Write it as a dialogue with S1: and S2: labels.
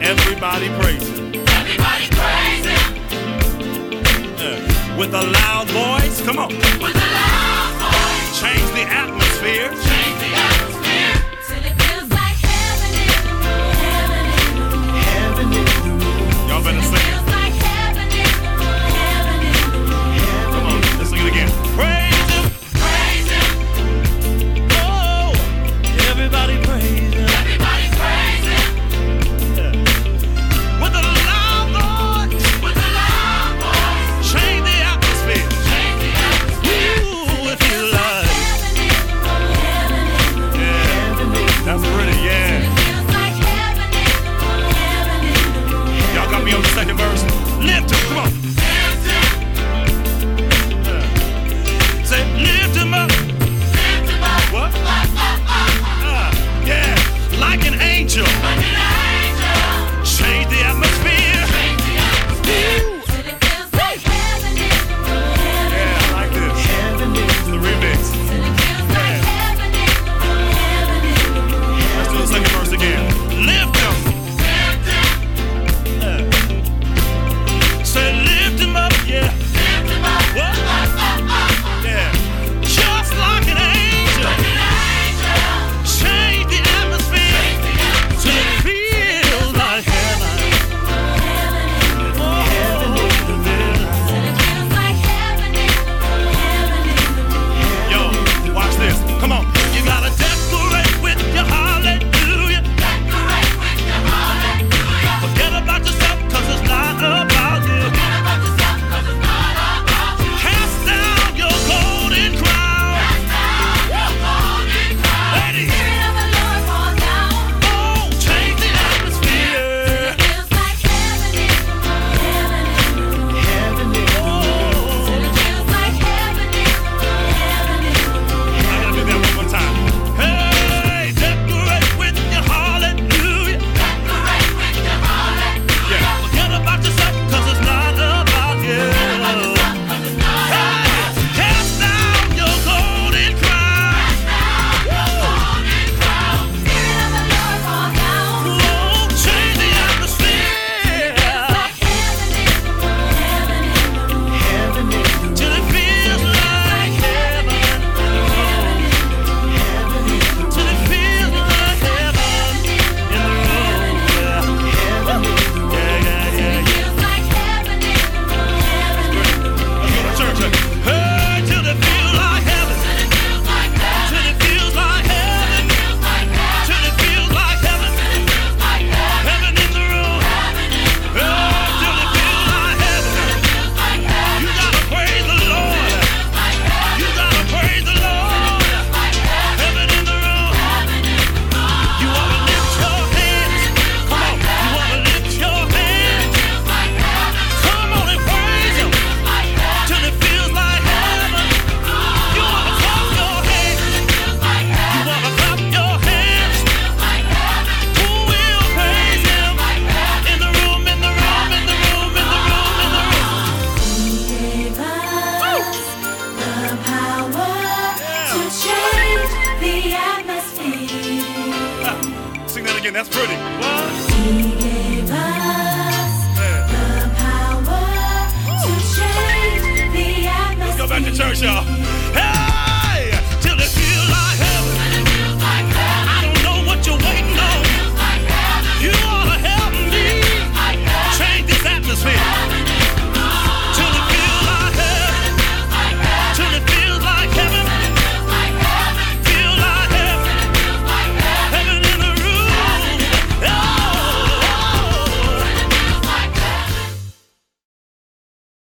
S1: everybody praise him.
S2: Everybody praise him
S1: Uh, with a loud voice, come on,
S2: with a loud voice.
S1: change the atmosphere.
S2: Change the atmosphere till it feels like heaven in the room. Heaven in the
S3: Heaven in the
S2: room.
S3: room.
S1: Y'all better
S2: It
S1: sing it.
S2: feels like heaven in the room. Heaven in the room.
S1: Come on, let's sing it again. Praise him.
S2: Praise him.
S1: Oh, everybody praise him.
S2: Everybody praise him
S1: With a loud voice,
S2: with a loud voice.
S1: change the atmosphere.
S2: Change the atmosphere.
S1: Ooh, if you like.
S2: Heaven in the room. Heaven in the room.
S1: Yeah, that's pretty, yeah.
S2: Feels like heaven in the room. Heaven in the room.
S1: Y'all got me on the second verse. Lift him, come on.
S2: Lift him,
S1: Say, lift him up.
S2: lift him up,
S1: What?
S2: up, up, up,
S1: Uh, yeah, like an angel.
S2: like an angel.
S1: Change the atmosphere.
S2: Change the atmosphere till it feels like heaven in the room. Heaven
S1: Yeah, I like this.
S3: Heaven in the
S1: The
S3: room.
S1: remix.
S2: till it feels like heaven in the room. Heaven in the room.
S1: Let's do the second verse again. Lift him.
S2: Lift him,
S1: Say, lift him up, yeah.
S2: lift him up,
S1: What?
S2: up, up, up, up,
S1: Yeah. Just like an angel.
S2: like an angel.
S1: Change the atmosphere. So it feels like heaven. Oh, yeah.
S2: Till it feels like heaven in the room. Heaven in the room.
S1: Yo, watch this. Come on. You gotta decorate with your hallelujah.
S2: Decorate with your hallelujah.
S1: Forget about yourself, cause it's not about you.
S2: Forget about yourself 'cause it's not about you.
S1: Cast down your golden crown.
S2: Cast down your golden crown.
S1: Ladies.
S2: Spirit of the Lord, fall down.
S1: Oh, change the
S2: It
S1: atmosphere.
S2: feels like heaven in the room. Heaven in
S3: Heaven in
S2: the room.
S3: the room.
S1: Oh,
S2: Till it feels like heaven in the room. Heaven in the room.
S1: I gotta do that one more time. Hey, decorate with your hallelujah.
S2: Decorate with your hallelujah.
S1: Yeah, forget about yourself, cause it's not about you.
S2: About yourself 'cause it's not about you.
S1: Hey, cast down your golden crown.
S2: Spirit of the Lord, fall down.
S1: Oh, change the atmosphere.
S2: Like heaven in the room. Heaven in the room.
S3: Heaven in the room.
S1: Till it feels like heaven. Till it feels like heaven in the room. Yeah, yeah, yeah, yeah.
S2: Feels like heaven in the room. Heaven in the room.
S1: Let's go to church. Hey, till it feels like heaven.
S2: Till it feels like heaven.
S1: Till it feels like heaven. Till it
S2: Feels like heaven.
S1: feels like heaven.
S2: Feels like heaven.
S1: Heaven in the room.
S2: Heaven in the room.
S1: Hey, till it feels like heaven.
S2: Feels like heaven.
S1: You gotta praise the Lord.
S2: Feels like heaven.
S1: You gotta praise the Lord.
S2: Like heaven.
S1: Heaven in the room.
S2: Heaven in the room.
S1: You wanna lift your hands. Come on. You wanna lift your hands.
S2: Feels like heaven.
S1: Come on and praise Him
S2: Feels like heaven.
S1: till it feels like heaven. You wanna clap your hands.
S2: Feels like
S1: You
S2: heaven.
S1: wanna clap your hands.
S2: Feels like heaven.
S1: Who will praise Him? In the room, in the room, in the room, in the room, in the room.
S2: Gave us the power to change the atmosphere.
S1: Sing that again. That's pretty. What?
S2: He gave us
S1: Yeah.
S2: the power to change the
S1: Go back to
S2: atmosphere.
S1: church, y'all. Hey,